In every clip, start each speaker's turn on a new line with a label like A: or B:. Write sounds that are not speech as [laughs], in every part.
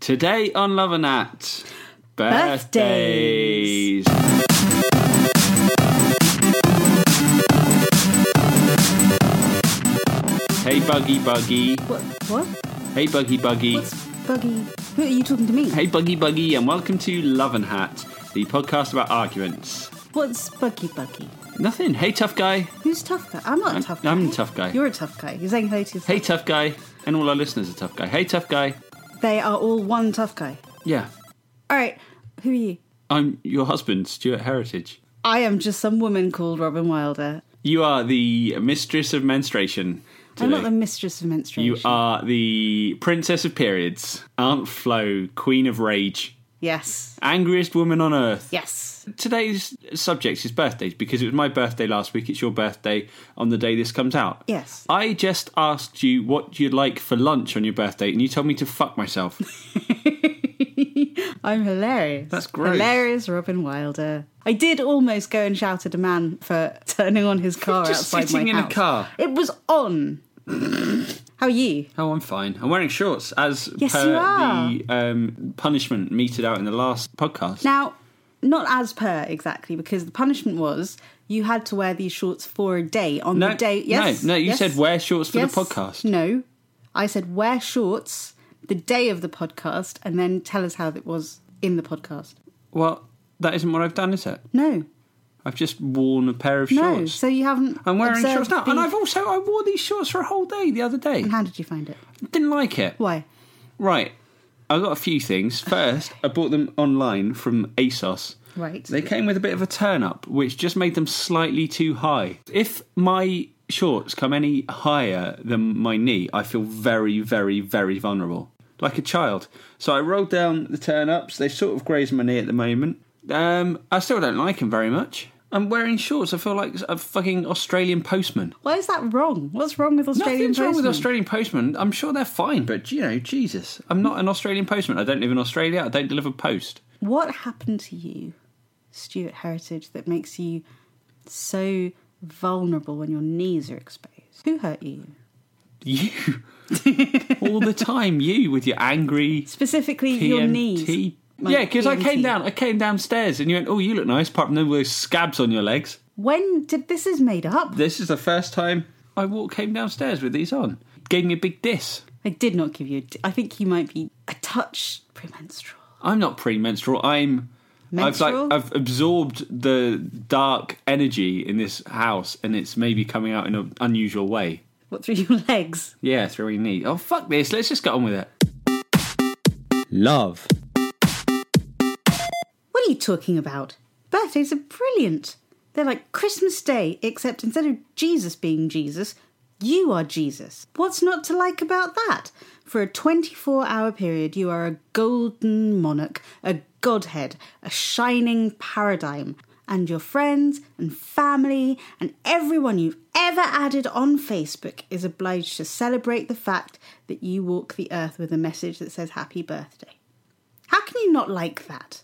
A: Today on Love and At
B: Birthdays.
A: birthdays. Hey Buggy Buggy.
B: What? What?
A: Hey Buggy Buggy.
B: What's buggy? Who are you talking to me?
A: Hey Buggy Buggy and welcome to Love and Hat, the podcast about arguments.
B: What's buggy buggy?
A: Nothing. Hey tough guy.
B: Who's tough guy? I'm not
A: I'm-
B: a tough guy.
A: I'm a tough guy.
B: You're a tough guy. You're saying hello to yourself.
A: Hey tough guy. And all our listeners are tough guy. Hey tough guy.
B: They are all one tough guy.
A: Yeah.
B: All right. Who are you?
A: I'm your husband, Stuart Heritage.
B: I am just some woman called Robin Wilder.
A: You are the mistress of menstruation. Today.
B: I'm not the mistress of menstruation.
A: You are the princess of periods, Aunt Flo, queen of rage,
B: Yes.
A: angriest woman on earth.
B: Yes. [laughs]
A: Today's subject is birthdays because it was my birthday last week. It's your birthday on the day this comes out.
B: Yes.
A: I just asked you what you'd like for lunch on your birthday, and you told me to fuck
B: [laughs]
A: myself.
B: I'm hilarious.
A: That's gross.
B: Hilarious Robin Wilder. I did almost go and shout at a man for turning on his car
A: just
B: outside
A: sitting
B: my
A: in a
B: house.
A: car.
B: It was on. How are you?
A: oh, I'm fine. I'm wearing shorts as
B: Yes,
A: per
B: you are.
A: the um, punishment meted out in the last podcast.
B: Now, not as per exactly, because the punishment was you had to wear these shorts for a day on
A: No,
B: the day. Yes,
A: no, no, you
B: yes,
A: said wear shorts for the
B: yes,
A: podcast.
B: No, I said wear shorts the day of the podcast, and then tell us how it was in the podcast.
A: well, that isn't what I've done, is it?
B: No,
A: I've just worn a pair of
B: no.
A: shorts.
B: So you haven't.
A: I'm wearing
B: observed
A: shorts now,
B: being-
A: and I've also I wore these shorts for a whole day the other day.
B: And how did you find it?
A: Didn't like it.
B: Why?
A: Right, I got a few things. First, I bought them online from ASOS.
B: Right.
A: They came with a bit of a turn up, which just made them slightly too high. If my shorts come any higher than my knee, I feel very, very, very vulnerable, like a child. So I rolled down the turn ups. They sort of graze my knee at the moment. Um, I still don't like them very much. I'm wearing shorts. I feel like a fucking Australian postman.
B: Why is that wrong? What's wrong with Australian
A: Nothing's wrong with
B: postmen?
A: Australian postmen. I'm sure they're fine, but you know, Jesus, I'm not an Australian postman. I don't live in Australia. I don't deliver post.
B: What happened to you, Stuart Heritage, that makes you so vulnerable when your knees are exposed? Who hurt you?
A: You all the time. You with your
B: [laughs]
A: angry
B: Specifically,
A: PMT.
B: your knees. My
A: yeah, because I came
B: PMT.
A: down. I came downstairs, and you went, "Oh, you look nice." Apart from them, those scabs on your legs.
B: When did this is made up?
A: This is the first time I walked came downstairs with these on. Gave me a big diss.
B: I did not give you. a d- I think you might be a touch premenstrual.
A: I'm not premenstrual. I'm. I've like
B: Menstrual?
A: I've absorbed the dark energy in this house, and it's maybe coming out in an unusual way.
B: What through your [laughs] legs?
A: Yeah, it's really neat. Oh, fuck this. Let's just get on with it. Love.
B: What are you talking about? Birthdays are brilliant. They're like Christmas Day, except instead of Jesus being Jesus, you are Jesus. What's not to like about that? For a 24 hour period, you are a golden monarch, a godhead, a shining paradigm. And your friends and family and everyone you've ever added on Facebook is obliged to celebrate the fact that you walk the earth with a message that says happy birthday. How can you not like that?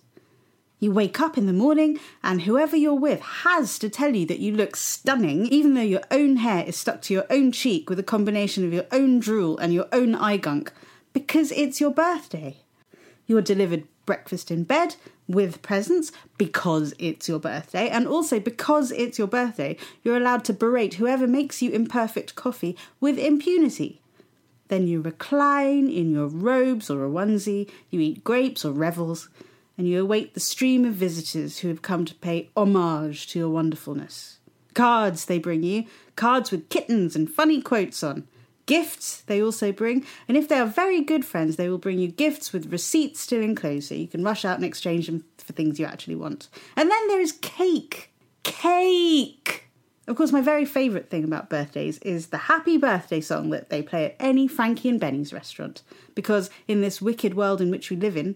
B: You wake up in the morning, and whoever you're with has to tell you that you look stunning, even though your own hair is stuck to your own cheek with a combination of your own drool and your own eye gunk, because it's your birthday. You're delivered breakfast in bed with presents because it's your birthday, and also because it's your birthday, you're allowed to berate whoever makes you imperfect coffee with impunity. Then you recline in your robes or a onesie, you eat grapes or revels, and you await the stream of visitors who have come to pay homage to your wonderfulness. Cards they bring you, cards with kittens and funny quotes on. Gifts they also bring, and if they are very good friends, they will bring you gifts with receipts still enclosed so you can rush out and exchange them for things you actually want. And then there is cake. Cake! Of course, my very favourite thing about birthdays is the happy birthday song that they play at any Frankie and Benny's restaurant. Because in this wicked world in which we live in,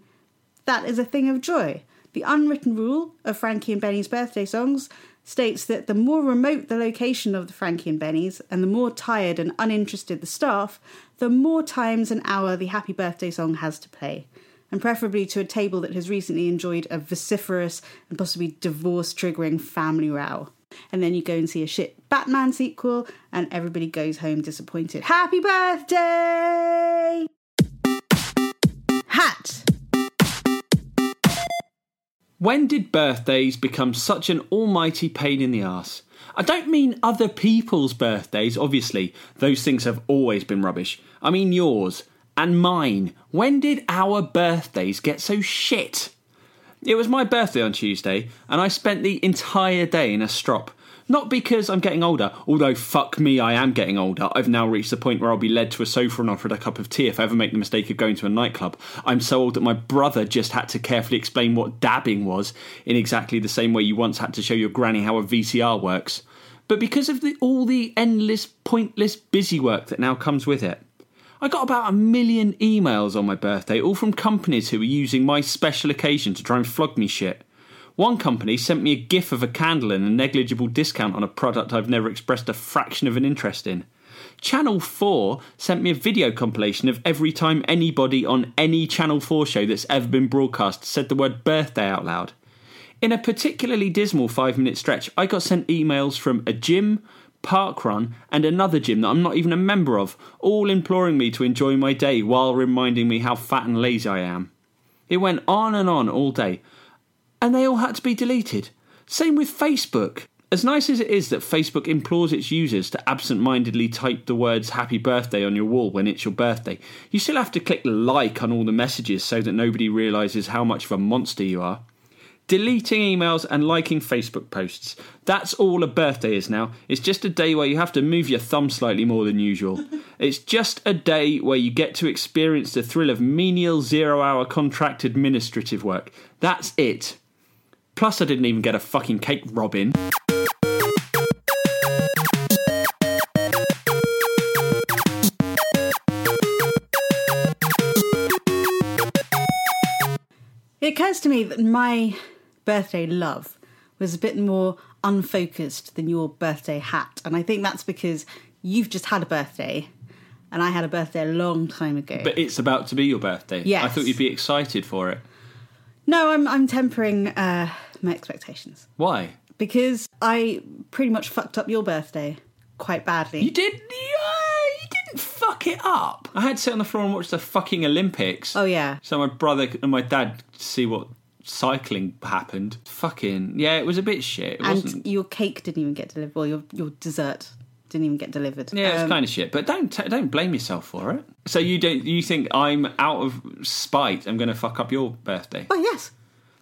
B: that is a thing of joy. The unwritten rule of Frankie and Benny's birthday songs states that the more remote the location of the Frankie and Benny's and the more tired and uninterested the staff, the more times an hour the happy birthday song has to play. And preferably to a table that has recently enjoyed a vociferous and possibly divorce triggering family row. And then you go and see a shit Batman sequel, and everybody goes home disappointed. Happy birthday! Hat!
A: When did birthdays become such an almighty pain in the ass? I don't mean other people's birthdays, obviously. Those things have always been rubbish. I mean yours and mine. When did our birthdays get so shit? It was my birthday on Tuesday, and I spent the entire day in a strop. Not because I'm getting older, although fuck me, I am getting older. I've now reached the point where I'll be led to a sofa and offered a cup of tea if I ever make the mistake of going to a nightclub. I'm so old that my brother just had to carefully explain what dabbing was, in exactly the same way you once had to show your granny how a VCR works. But because of the, all the endless, pointless busy work that now comes with it, I got about a million emails on my birthday, all from companies who were using my special occasion to try and flog me shit. One company sent me a gif of a candle and a negligible discount on a product I've never expressed a fraction of an interest in. Channel 4 sent me a video compilation of every time anybody on any Channel 4 show that's ever been broadcast said the word birthday out loud. In a particularly dismal five minute stretch, I got sent emails from a gym, parkrun, and another gym that I'm not even a member of, all imploring me to enjoy my day while reminding me how fat and lazy I am. It went on and on all day, and they all had to be deleted. Same with Facebook. As nice as it is that Facebook implores its users to absent mindedly type the words happy birthday on your wall when it's your birthday, you still have to click like on all the messages so that nobody realises how much of a monster you are deleting emails and liking Facebook posts. That's all a birthday is now. It's just a day where you have to move your thumb slightly more than usual. it's just a day where you get to experience the thrill of menial zero hour contract administrative work. That's it. Plus, I didn't even get a fucking cake, Robin.
B: It occurs to me that my birthday love was a bit more unfocused than your birthday hat. And I think that's because you've just had a birthday and I had a birthday a long time ago.
A: But it's about to be your birthday.
B: Yes.
A: I thought you'd be excited for it.
B: no, I'm, I'm tempering uh, my expectations
A: Why?
B: because I pretty much fucked up your birthday quite badly.
A: You did. yeah, You didn't fuck it up. I had to sit on the floor and watch the fucking Olympics.
B: oh, yeah.
A: So my brother and my dad could see what cycling happened. Fucking yeah, it was a bit shit. It
B: And
A: wasn't.
B: your cake didn't even get delivered. Well, your, your dessert didn't even get delivered.
A: Yeah, it was
B: Um,
A: kind of shit. But don't t- don't blame yourself for it. So you don't you think I'm out of spite? I'm going to fuck up your birthday?
B: Well, yes.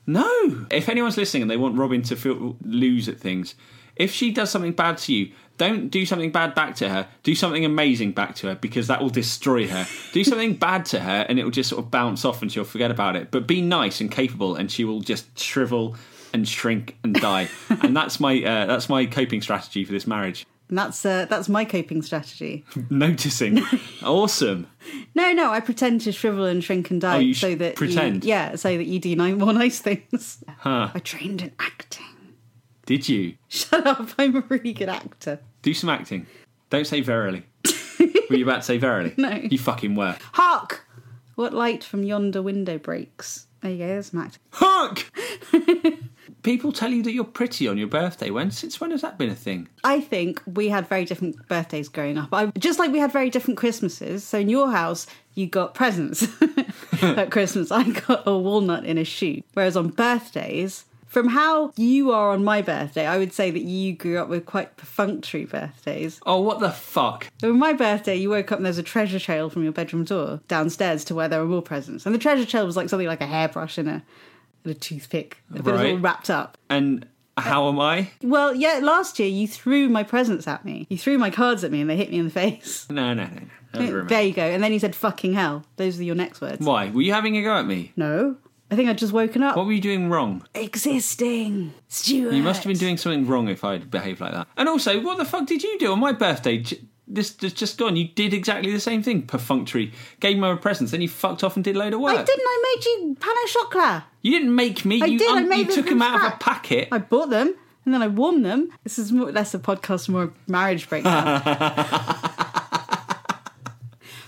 A: No. If anyone's listening and they want Robin to feel lose at things, if she does something bad to you. Don't do something bad back to her. Do something amazing back to her because that will destroy her. do something bad to her and it will just sort of bounce off and she'll forget about it. But be nice and capable and she will just shrivel and shrink and die. and that's my uh, that's my coping strategy for this marriage.
B: And that's, uh, that's my coping strategy. [laughs]
A: Noticing. awesome.
B: No, no, I pretend to shrivel and shrink and die
A: Oh, you
B: so
A: sh-
B: that
A: pretend?
B: You, yeah, so that you do ni- more [laughs] nice things. I trained in acting. [laughs]
A: Did you
B: Shut up! I'm a really good actor.
A: do some acting? Don't say verily. were you about to say verily?
B: No.
A: You fucking were.
B: Hark! What light from yonder window breaks? There you go. There's some acting.
A: Honk! [laughs] People tell you that you're pretty on your birthday. When? Since when has that been a thing?
B: I think we had very different birthdays growing up. I, just like we had very different Christmases. So in your house, you got [laughs] presents at Christmas. I got a walnut in a shoe. Whereas on birthdays, From how you are on my birthday, I would say that you grew up with quite perfunctory birthdays.
A: Oh, what the fuck?
B: So on my birthday, you woke up and there's a treasure trail from your bedroom door downstairs to where there were more presents. And the treasure trail was like something like a hairbrush and a, and a toothpick. But it was all
A: Right.
B: wrapped up.
A: And how am I?
B: Well, yeah, last year you threw my presents at me. You threw my cards at me and they hit me in the face.
A: No, no, no, no. That was a rumor.
B: There you go. And then you said fucking hell. Those are your next words.
A: Why? Were you having a go at me?
B: No. I think I'd just woken up.
A: What were you doing wrong?
B: Existing. Stuart.
A: You must have been doing something wrong if I would behaved like that. And also, what the fuck did you do on my birthday? J- This has just gone. You did exactly the same thing, perfunctory. Gave me my presents, then you fucked off and did a load of work.
B: I didn't. I made you pan au chocolat.
A: You didn't make me.
B: I
A: you
B: did. I
A: un-
B: made
A: you
B: them
A: took
B: from
A: them out of a
B: scratch.
A: packet.
B: I bought them and then I warmed them. This is more, less a podcast, more a
A: [laughs]
B: marriage breakdown.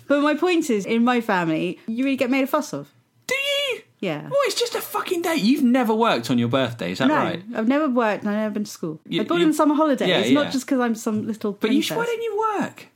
B: but my point is, in my family, you really get made a fuss of.
A: Do you?
B: Yeah.
A: Oh, it's just a fucking day. You've never worked on your birthday, is that
B: no,
A: right?
B: I've never worked and I've never been to school.
A: You-
B: I bought
A: you-
B: in summer holidays,
A: Yeah, yeah.
B: not just because I'm some little
A: But you,
B: princess.
A: why don't you work?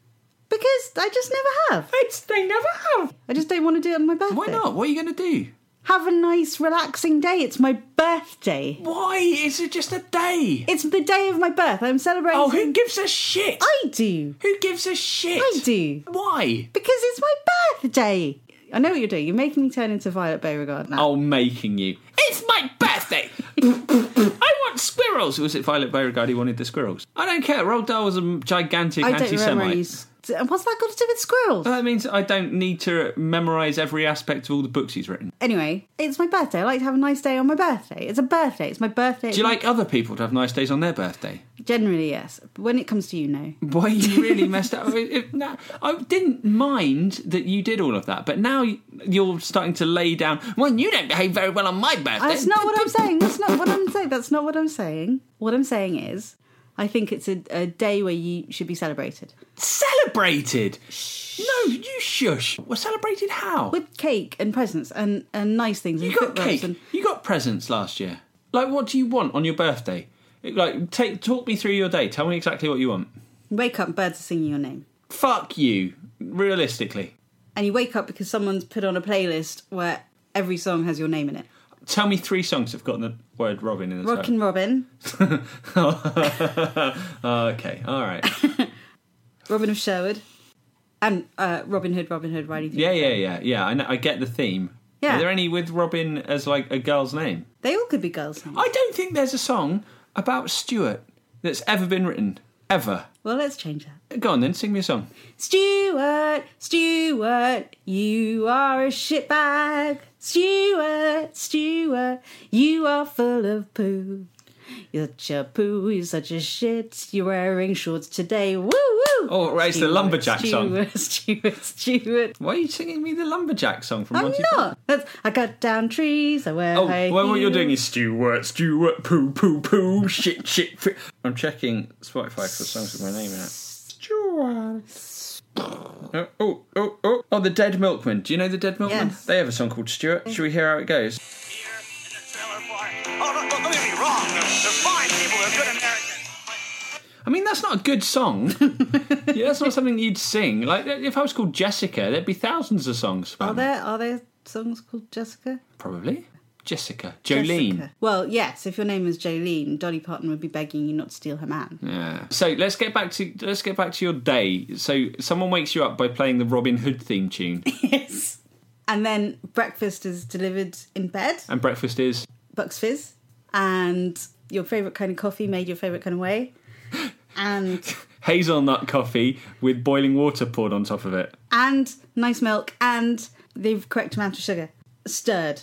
B: Because I just never have.
A: It's, they never have.
B: I just don't want to do it on my birthday.
A: Why not? What are you going to do?
B: Have a nice, relaxing day. It's my birthday.
A: Why is it just a day?
B: It's the day of my birth. I'm celebrating.
A: Oh, who gives a shit?
B: I do.
A: Who gives a shit?
B: I do.
A: Why?
B: Because it's my birthday. I know what you're doing. You're making me turn into Violet Beauregard now.
A: Oh, making you. It's my birthday! I want squirrels! Was it Violet Beauregard who wanted the squirrels? I don't care. Roald Dahl was a gigantic
B: I don't
A: anti
B: remember. any
A: Semite.
B: s- And what's that got to do with squirrels?
A: That means I don't need to memorise every aspect of all the books he's written.
B: anyway, it's my birthday. I like to have a nice day on my birthday. It's a birthday. It's my birthday.
A: Do you like other people to have nice days on their birthday?
B: Generally, yes. But when it comes to you, no.
A: Why you really messed up? It- it- no, I didn't mind that you did all of that, but now you're starting to lay down. Well, you don't behave very well on my birthday.
B: That's not what I'm saying. That's not what I'm saying. That's not what I'm saying. What I'm saying is, I think it's a, a day where you should be celebrated
A: Celebrated. No, you shush. Well, celebrated how?
B: with cake and presents and, and nice things.
A: You
B: and
A: got
B: foot rubs
A: cake.
B: And,
A: You got presents last year. Like, what do you want on your birthday? Like, take talk me through your day. Tell me exactly what you want.
B: wake up, birds are singing your name.
A: Fuck you. Realistically,
B: and you wake up because someone's put on a playlist where every song has your name in it.
A: tell me three songs that've got the word Robin in the title.
B: Rockin' Robin,
A: okay, all right.
B: Robin of Sherwood, and uh, Robin Hood, Robin Hood riding through.
A: Yeah, yeah, yeah, yeah. I, know, I get the theme.
B: Yeah.
A: Are there any with Robin as like a girl's name?
B: They all could be girls' names.
A: I don't think there's a song about Stuart that's ever been written ever.
B: Well, let's change that.
A: Go on then, sing me a song.
B: Stuart, Stuart, you are a shitbag. Stuart, Stuart, you are full of poo. You're such a poo, you're such a shit. You're wearing shorts today. Woo woo!
A: Oh, right, it's the
B: Stuart,
A: lumberjack song.
B: [laughs] Stuart, Stuart, Stuart.
A: Why are you singing me the lumberjack song from
B: I'm
A: Monty?
B: not. That's, I cut down trees. I wear.
A: Oh,
B: high
A: well, what you're
B: heels.
A: doing is Stuart, Stuart, poo, poo, poo, shit, shit. fi- I'm checking Spotify for songs with my name in it. Stuart. Oh, oh, oh, oh. Oh, the Dead Milkmen. Do you know the Dead Milkmen?
B: Yes.
A: They have a song called Stuart. Should we hear how it goes?
C: here in the trailer park. Oh, no, don't get me wrong. They're fine people. They're good Americans.
A: I mean, that's not a good
B: [laughs]
A: song. yeah, that's not something you'd sing. Like, if I was called Jessica, there'd be thousands of songs.
B: Are
A: about me.
B: there are there songs called Jessica?
A: Probably. Jessica. Jolene.
B: Jessica. Well, yes. If your name was Jolene, Dolly Parton would be begging you not to steal her man.
A: Yeah. So let's get back to let's get back to your day. So someone wakes you up by playing the Robin Hood theme tune,
B: Yes. And then breakfast is delivered in bed.
A: and breakfast is
B: Bucks Fizz, and your favourite kind of coffee made your favourite kind of
A: [gasps]
B: way, and
A: hazelnut coffee with boiling water poured on top of it. [laughs]
B: and nice milk and the correct amount of sugar stirred.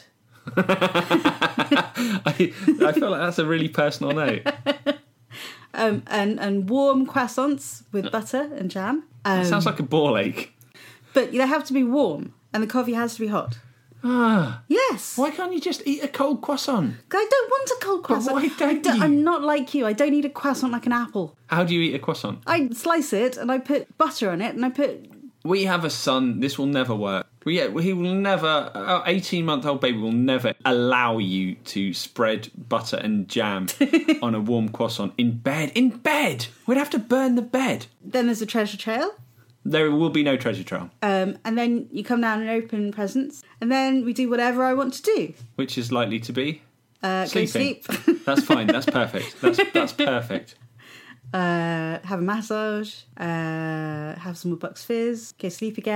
A: I, I feel like that's a really personal note.
B: Um, and, and warm croissants
A: Uh.
B: with butter and jam.
A: It
B: Um,
A: sounds like a ball ache.
B: But they have to be warm, and the coffee has to be hot.
A: Ah,
B: Yes.
A: why can't you just eat a cold croissant?
B: I don't want a cold croissant.
A: why don't
B: I
A: you?
B: I'm not like you. I don't eat a croissant like an apple.
A: How do you eat a croissant?
B: I slice it and I put butter on it and I put.
A: We have a son. This will never work. We, yeah, he will never. Our eighteen-month-old baby will never allow you to spread butter and
B: [laughs]
A: jam on a warm croissant in bed. In bed, we'd have to burn the bed.
B: Then there's a treasure trail.
A: There will be no treasure trail,
B: Um, and then you come down and open presents. And then we do whatever I want to do.
A: which is likely to be
B: Uh, go sleep.
A: [laughs] That's fine.
B: [laughs]
A: That's perfect. That's that's perfect.
B: uh, have a massage. Uh, have some more Bucks Fizz. Go sleep again.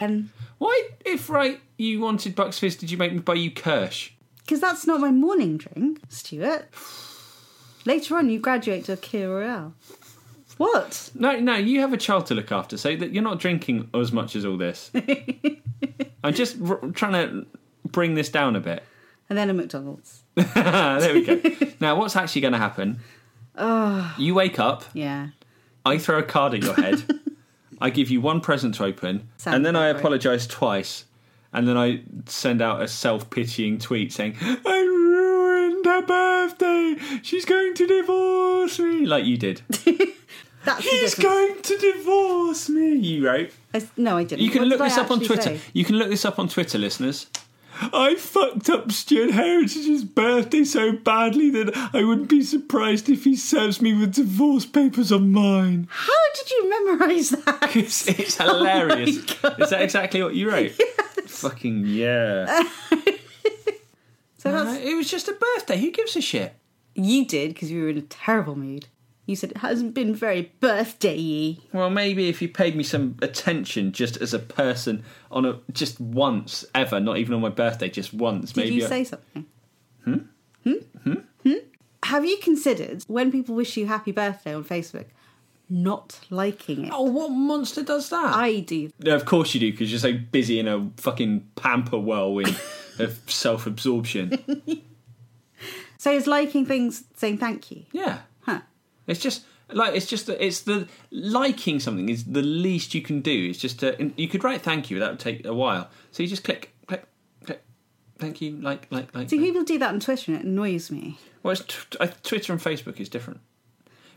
B: Um,
A: Why, if right, you wanted Bucks Fizz, did you make me buy you Kirsch?
B: because that's not my morning drink, Stuart. Later on, you graduate to a Kir Royale. What?
A: No, no, you have a child to look after, so that you're not drinking as much as all
B: [laughs]
A: this. I'm just r- trying to bring this down a bit. Uh,
B: And then a McDonald's.
A: there we go.
B: [laughs]
A: now, what's actually going to happen? You wake up,
B: Yeah.
A: I throw a card at your
B: [laughs]
A: head, I give you one present to open,
B: Sounds
A: and then I
B: about right.
A: apologise twice, and then I send out a self pitying tweet saying, I ruined her birthday, she's going to divorce me, like you
B: [laughs]
A: did.
B: That's the
A: He's
B: difference.
A: going to divorce me, you wrote.
B: I- no, I didn't.
A: You can
B: What
A: look
B: did I
A: this up on
B: actually
A: Twitter.
B: say?
A: You can look this up on Twitter, listeners. I fucked up Stuart Heritage's birthday so badly that I wouldn't be surprised if he serves me with divorce papers on mine.
B: How did you memorise that?
A: [laughs] It's, it's [laughs] hilarious.
B: God.
A: Is that exactly what you wrote? Fucking [laughs] yeah.
B: So
A: Uh,
B: that's
A: it was just a birthday. Who gives a shit?
B: You did because you were in a terrible mood. You said it hasn't been very birthday-y.
A: Well, maybe if you paid me some attention just as a person on a just once ever, not even on my birthday, just once.
B: Did
A: maybe
B: you
A: I- Hmm?
B: say something? Hmm? Hmm? Hmm? Have you considered when people wish you happy birthday on Facebook, not liking it?
A: Oh, what monster does that?
B: I do.
A: No, of course you do, because you're so busy in a fucking pamper whirlwind
B: [laughs]
A: of self absorption.
B: So it's liking things, saying thank you.
A: Yeah.
B: Huh.
A: It's just like it's just the, it's the liking something is the least you can do. It's just to, and you could write thank you, that would take a while. So you just click, click, click, thank you, like, like, like.
B: See,
A: like.
B: people do that on Twitter and it annoys me.
A: Well, it's t- I- Twitter and Facebook is different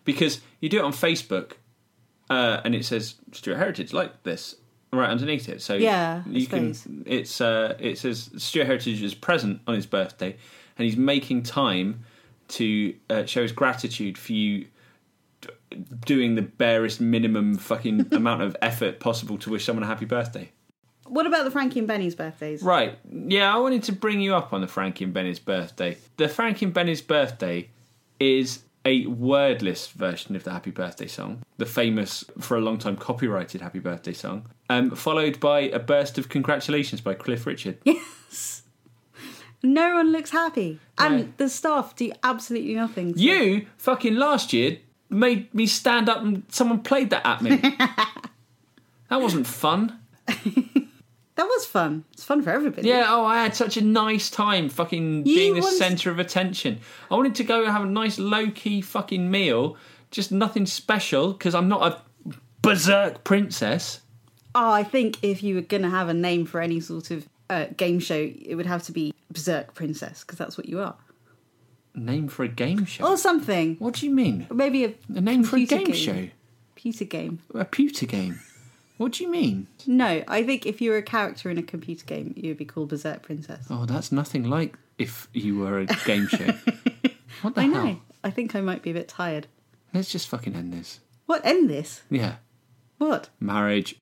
A: because you do it on Facebook, uh, and it says Stuart Heritage like this right underneath it. So
B: Yeah, I
A: you can.
B: suppose.
A: It's uh, it says Stuart Heritage is present on his birthday, and he's making time to uh, show his gratitude for you d- doing the barest minimum fucking [laughs] amount of effort possible to wish someone a happy birthday.
B: What about the Frankie and Benny's birthdays?
A: Right. Yeah, I wanted to bring you up on the Frankie and Benny's birthday. The Frankie and Benny's birthday is a wordless version of the Happy Birthday song, the famous, for a long time, copyrighted Happy Birthday song, um, followed by a burst of congratulations by Cliff Richard.
B: No one looks happy. And the staff do absolutely nothing.
A: You fucking last year made me stand up and someone played that at me. that wasn't fun.
B: That was fun. It's fun for everybody.
A: Yeah, oh, I had such a nice time fucking
B: You
A: being the
B: wanted-
A: centre of attention. I wanted to go and have a nice low key fucking meal, just nothing special, because I'm not a berserk princess.
B: Oh, I think if you were going to have a name for any sort of uh, game show, it would have to be Berserk Princess, because that's what you are.
A: Name for a game show.
B: Or something.
A: What do you mean?
B: Maybe a,
A: A name for a
B: computer
A: game, show?
B: Computer game.
A: A pewter game. What do you mean?
B: No, I think if you were a character in a computer game, you'd be called Berserk Princess.
A: Oh, that's nothing like if you were a game show.
B: [laughs]
A: What the
B: I
A: hell?
B: know. I think I might be a bit tired.
A: Let's just fucking end this.
B: What? End this?
A: Yeah.
B: What?
A: Marriage.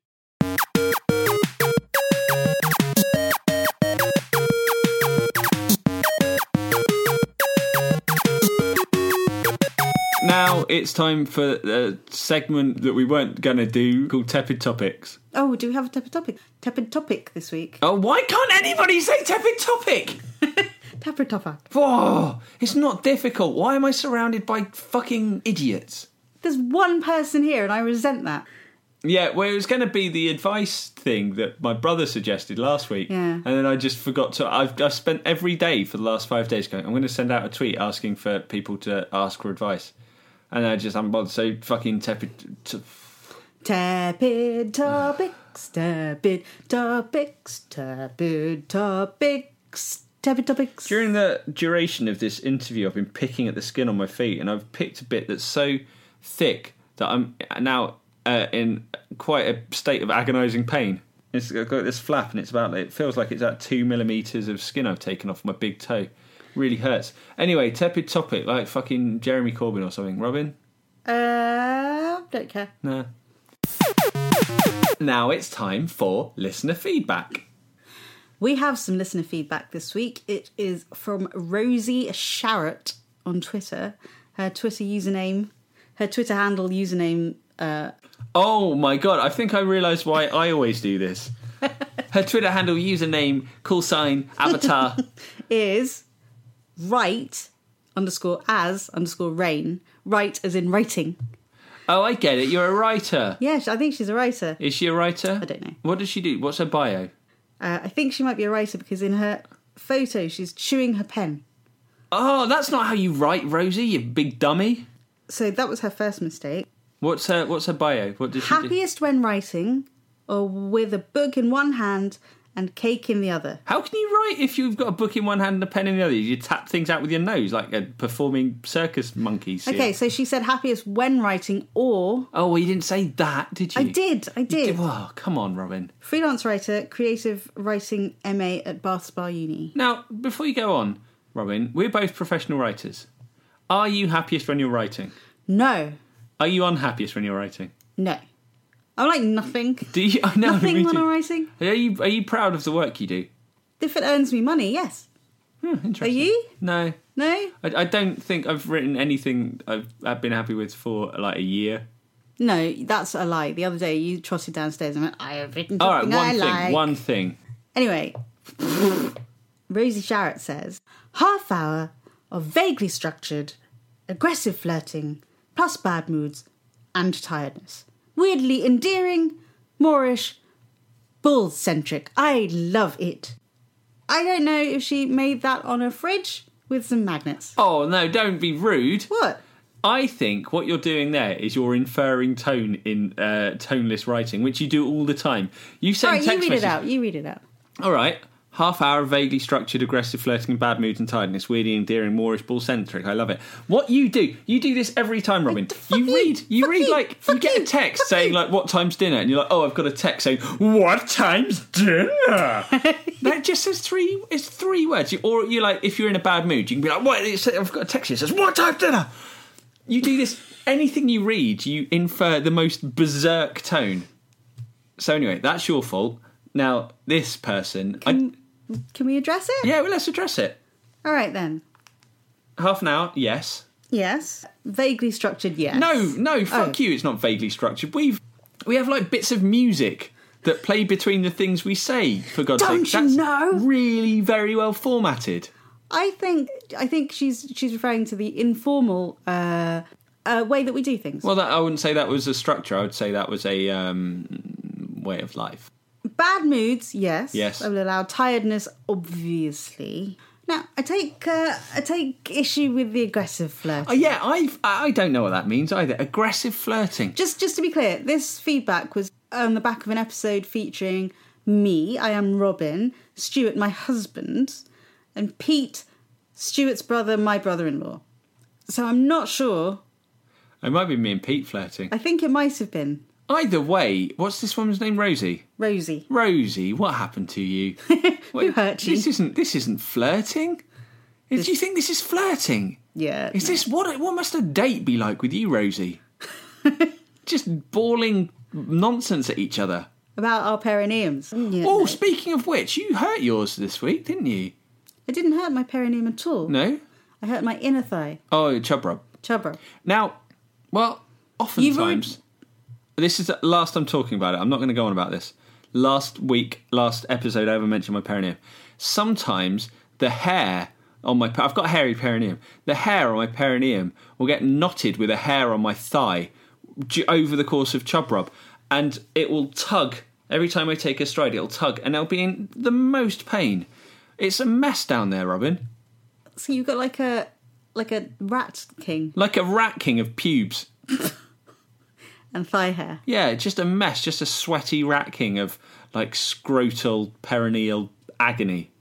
A: Now it's time for a segment that we weren't going to do called Tepid Topics.
B: Oh, do we have a tepid topic? Tepid topic this week.
A: Oh, why can't anybody say Tepid Topic?
B: Tepid topic.
A: Whoa, it's not difficult. Why am I surrounded by fucking idiots?
B: There's one person here, and I resent that.
A: Yeah, well, it was going to be the advice thing that my brother suggested last week.
B: Yeah.
A: And then I just forgot to. I've, I've spent every day for the last five days going, I'm going to send out a tweet asking for people to ask for advice. And I just haven't bothered. So fucking tepid. T-
B: Tepid topics. Tepid topics. Tepid topics. Tepid topics.
A: During the duration of this interview, I've been picking at the skin on my feet, and I've picked a bit that's so thick that I'm now uh, in quite a state of agonising pain. It's I've got this flap, and it's about it feels like it's about two millimeters of skin I've taken off my big toe. Really hurts. Anyway, tepid topic like fucking Jeremy Corbyn or something. Robin,
B: uh, don't care.
A: nah. Now it's time for listener feedback.
B: We have some listener feedback this week. It is from Rosie Sharrett on Twitter. Her Twitter username, her Twitter handle username.
A: Oh my god, I think I realise why I always do this.
B: [laughs]
A: Her Twitter handle, username, call sign,
B: [laughs]
A: avatar.
B: is write underscore as underscore rain. Write as in writing.
A: oh, I get it, you're a writer.
B: Yeah, I think she's a writer.
A: Is she a writer? I
B: don't know.
A: What does she do? What's her bio?
B: Uh, I think she might be a writer because in her photo she's chewing her pen.
A: Oh, that's not how you write, Rosie, you big dummy.
B: So that was her first mistake.
A: What's her what's her bio? What does she do?
B: Happiest when writing, or with a book in one hand and cake in the other.
A: How can you write if you've got a book in one hand and a pen in the other? You tap things out with your nose like a performing circus monkey. seal.
B: Okay, so she said happiest when writing or
A: Oh, well, you didn't say that, did you?
B: I did, I
A: You
B: did.
A: Oh, come on, Robin.
B: Freelance writer, creative writing MA at Bath Spa Uni.
A: Now, before you go on, Robin, we're both professional writers. Are you happiest when you're writing?
B: No,
A: Are you unhappiest when you're writing?
B: no. I like nothing.
A: [laughs] Do you? I know. me
B: nothing when
A: too.
B: I'm writing.
A: Are you are you proud of the work you do?
B: If it earns me money, yes.
A: Hmm, Interesting.
B: Are you?
A: No,
B: No?
A: I, I don't think I've written anything I've, I've been happy with for like a year.
B: No, that's a lie. The other day you trotted downstairs and went, I have written
A: All right,
B: something
A: one
B: I
A: thing.
B: like.
A: One thing.
B: Anyway, Rosie Sharrett says half hour of vaguely structured, aggressive flirting, plus bad moods and tiredness. Weirdly endearing, Moorish, bull centric. I love it. I don't know if she made that on a fridge with some magnets.
A: Oh no! Don't be rude.
B: What?
A: I think what you're doing there is you're inferring tone in uh, toneless writing, which you do all the time. You
B: All
A: send
B: right, you
A: text
B: read
A: messages.
B: it out. You read it out.
A: All right. Half hour of vaguely structured, aggressive flirting, bad moods and tiredness, weirdly endearing, moorish, ball centric. I love it. What you do, you do this every time, Robin.
B: fuck
A: You
B: you,
A: read, you
B: fuck
A: read
B: you,
A: like, you
B: fuck
A: get a
B: you,
A: text
B: fuck
A: saying,
B: you.
A: like, what time's dinner? And you're like, oh, I've got a text saying, what time's
B: [laughs]
A: dinner? that just says three, it's three words. You, or you're like, if you're in a bad mood, you can be like, what? It's, I've got a text here that says, what time's dinner? You do this, anything you read, you infer the most berserk tone. So anyway, that's your fault. Now, this person, I,
B: Can we address it?
A: yeah, well, let's address it.
B: All right then.
A: Half an hour, yes.
B: Yes. Vaguely structured, yes.
A: No, no, fuck
B: Oh.
A: you. It's not vaguely structured. We've we have like bits of music that play between the things we say. For God's
B: Don't
A: sake, that's
B: you know?
A: really very well formatted.
B: I think I think she's she's referring to the informal uh, uh, way that we do things.
A: Well, that, I wouldn't say that was a structure. I would say that was a um, way of life.
B: Bad moods, yes.
A: Yes.
B: I will allow tiredness, obviously. Now, I take uh, I take issue with the aggressive flirt.
A: Oh, yeah, I've, I I don't know what that means either. Aggressive flirting.
B: Just just to be clear, this feedback was on the back of an episode featuring me. I am Robin Stuart, my husband, and Pete Stuart's brother, my brother-in-law. So I'm not sure.
A: It might be me and Pete flirting.
B: I think it might have been.
A: Either way, what's this woman's name? Rosie.
B: Rosie.
A: Rosie, what happened to you?
B: [laughs] Who hurt you?
A: This isn't. This isn't flirting. Is- Do you think this is flirting?
B: Yeah.
A: Is this what? What must a date be like with you, Rosie?
B: [laughs]
A: Just bawling nonsense at each other.
B: About our perineums. Mm, Yeah,
A: oh,
B: no.
A: speaking of which, you hurt yours this week, didn't you?
B: I didn't hurt my perineum at all.
A: No.
B: I hurt my inner thigh.
A: Oh, chub rub.
B: Chubra.
A: Now, well,
B: You've
A: oftentimes
B: already-
A: this is the last I'm talking about it. I'm not going to go on about this. Last week, last episode, I ever mentioned my perineum. Sometimes the hair on my I've got a hairy perineum. The hair on my perineum will get knotted with a hair on my thigh d- over the course of chub rub, and it will tug every time I take a stride. It'll tug, and I'll be in the most pain. It's a mess down there, Robin.
B: So you got like a like a rat king
A: Like a rat king of pubes.
B: and thigh hair.
A: Yeah, it's just a mess, just a sweaty racking of like scrotal perineal agony.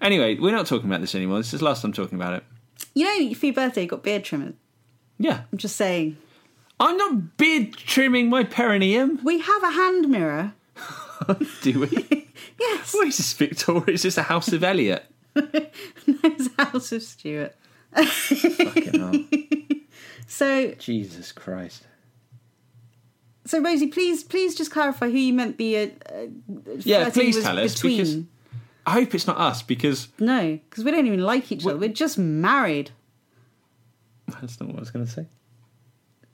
A: Anyway, we're not talking about this anymore. This is the last time talking about it.
B: You know, for your birthday, you got beard trimming.
A: Yeah.
B: I'm just saying.
A: I'm not beard trimming my perineum,
B: We have a hand mirror.
A: do [laughs] we?
B: Yes.
A: what is this, Victoria? Is this the House of Elliot?
B: It's House of Stuart.
A: Fucking hell.
B: [laughs] So,
A: Jesus Christ.
B: so Rosie, please, please just clarify who you meant the. Uh, uh,
A: Yeah,
B: flirting
A: please
B: was
A: tell us
B: between.
A: because I hope it's not us because
B: No, because we don't even like each other. We're just married.
A: that's not what I was going to say.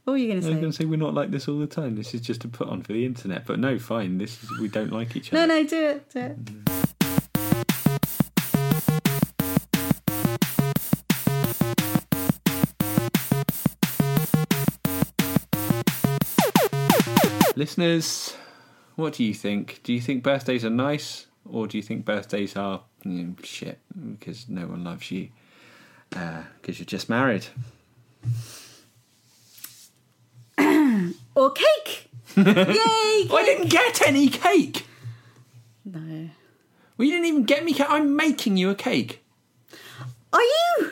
B: What were you going
A: I was
B: to
A: going to
B: say?
A: say we're not like this all the time. This is just a put on for the internet. But no, fine. This is we don't like each
B: No,
A: other.
B: no, do it, do it.
A: Listeners, what do you think? Do you think birthdays are nice, or do you think birthdays are you know, shit because no one loves you because you're just married?
B: Or cake.
A: [laughs]
B: Yay!
A: I didn't get any cake.
B: No.
A: Well, you didn't even get me cake. I'm making you a cake.
B: Are you?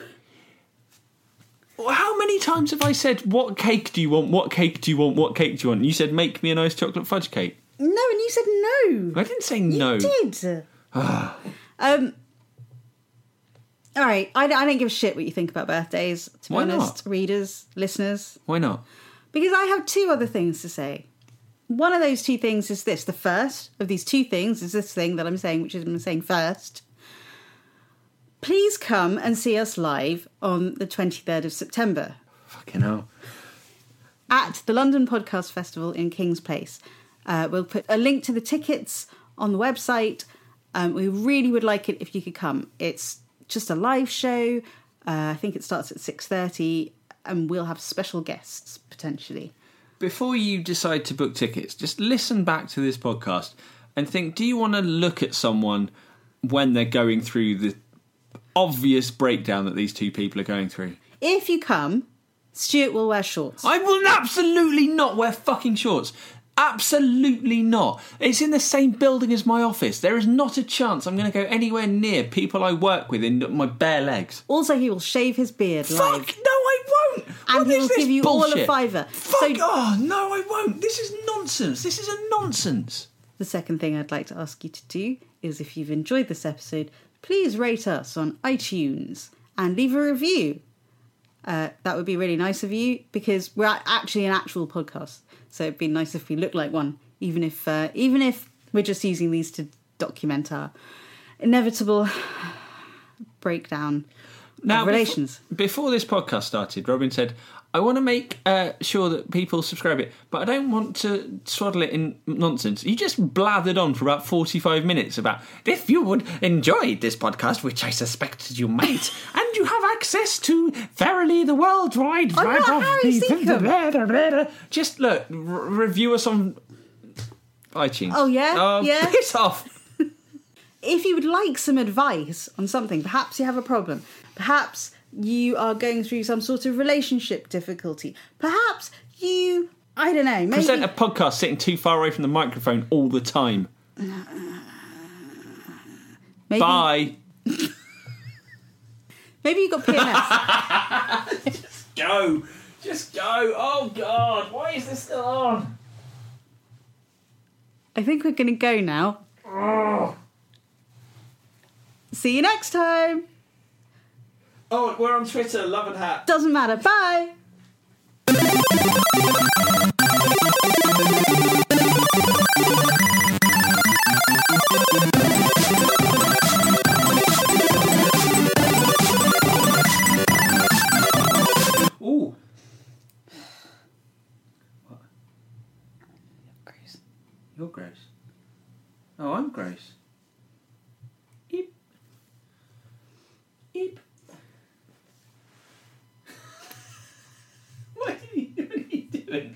A: Well, How many times have I said, "What cake do you want? What cake do you want? What cake do you want?" And you said, "Make me a nice chocolate fudge cake."
B: No, and you said no.
A: I didn't say no. Ah.
B: You did. um. All right, I, I don't give a shit what you think about birthdays. To be
A: Why not?
B: honest, readers, listeners,
A: Why not?
B: Because I have two other things to say. One of those two things is this. The first of these two things is this thing that I'm saying, which is I'm saying first. Please come and see us live on the 23rd of September
A: Fucking hell.
B: at the London Podcast Festival in King's Place. Uh, we'll put a link to the tickets on the website. Um, we really would like it if you could come. It's just a live show. Uh, I think it starts at six thirty, and we'll have special guests potentially.
A: before you decide to book tickets, just listen back to this podcast and think do you want to look at someone when they're going through the obvious breakdown that these two people are going through?
B: If you come, Stuart will wear shorts.
A: I will absolutely not wear fucking shorts. Absolutely not. It's in the same building as my office. There is not a chance I'm going to go anywhere near people I work with in my bare legs.
B: Also, he will shave his beard live.
A: Fuck! No, I won't.
B: And
A: What
B: he
A: is
B: will
A: this
B: give you all a
A: bullshit?
B: fiver.
A: Fuck!
B: So-
A: oh no, I won't. This is nonsense. This is a nonsense.
B: The second thing I'd like to ask you to do is if you've enjoyed this episode, please rate us on iTunes and leave a review. Uh, that would be really nice of you because we're a- actually an actual podcast, so it'd be nice if we look like one, even if uh, even if we're just using these to document our inevitable [sighs] breakdown.
A: now,
B: of
A: befo-
B: relations.
A: Before, this podcast started, Robin said, "I want to make uh, sure that people subscribe it, but I don't want to swaddle it in nonsense." You just blathered on for about forty-five minutes about if you would enjoy this podcast, which I suspected you
B: [laughs]
A: might, and you have access to verily the worldwide
B: I'm not Harry
A: Seacombe. Just look, r- review us on iTunes.
B: Oh, yeah?
A: oh,
B: Yeah?
A: piss off.
B: if you would like some advice on something, perhaps you have a problem, perhaps you are going through some sort of relationship difficulty, perhaps you, I don't know, maybe
A: Present a podcast sitting too far away from the microphone all the time.
B: maybe,
A: Bye.
B: maybe you got PMS.
A: [laughs] go. Just go. Oh God, why is this still on?
B: I think we're going to go now.
A: Ah.
B: See you next time.
A: Oh, we're on Twitter, love and hat.
B: Doesn't matter. Bye.
A: Ooh. What? You're gross. Oh, I'm gross. Eep. Eep. what, are you, what are you doing?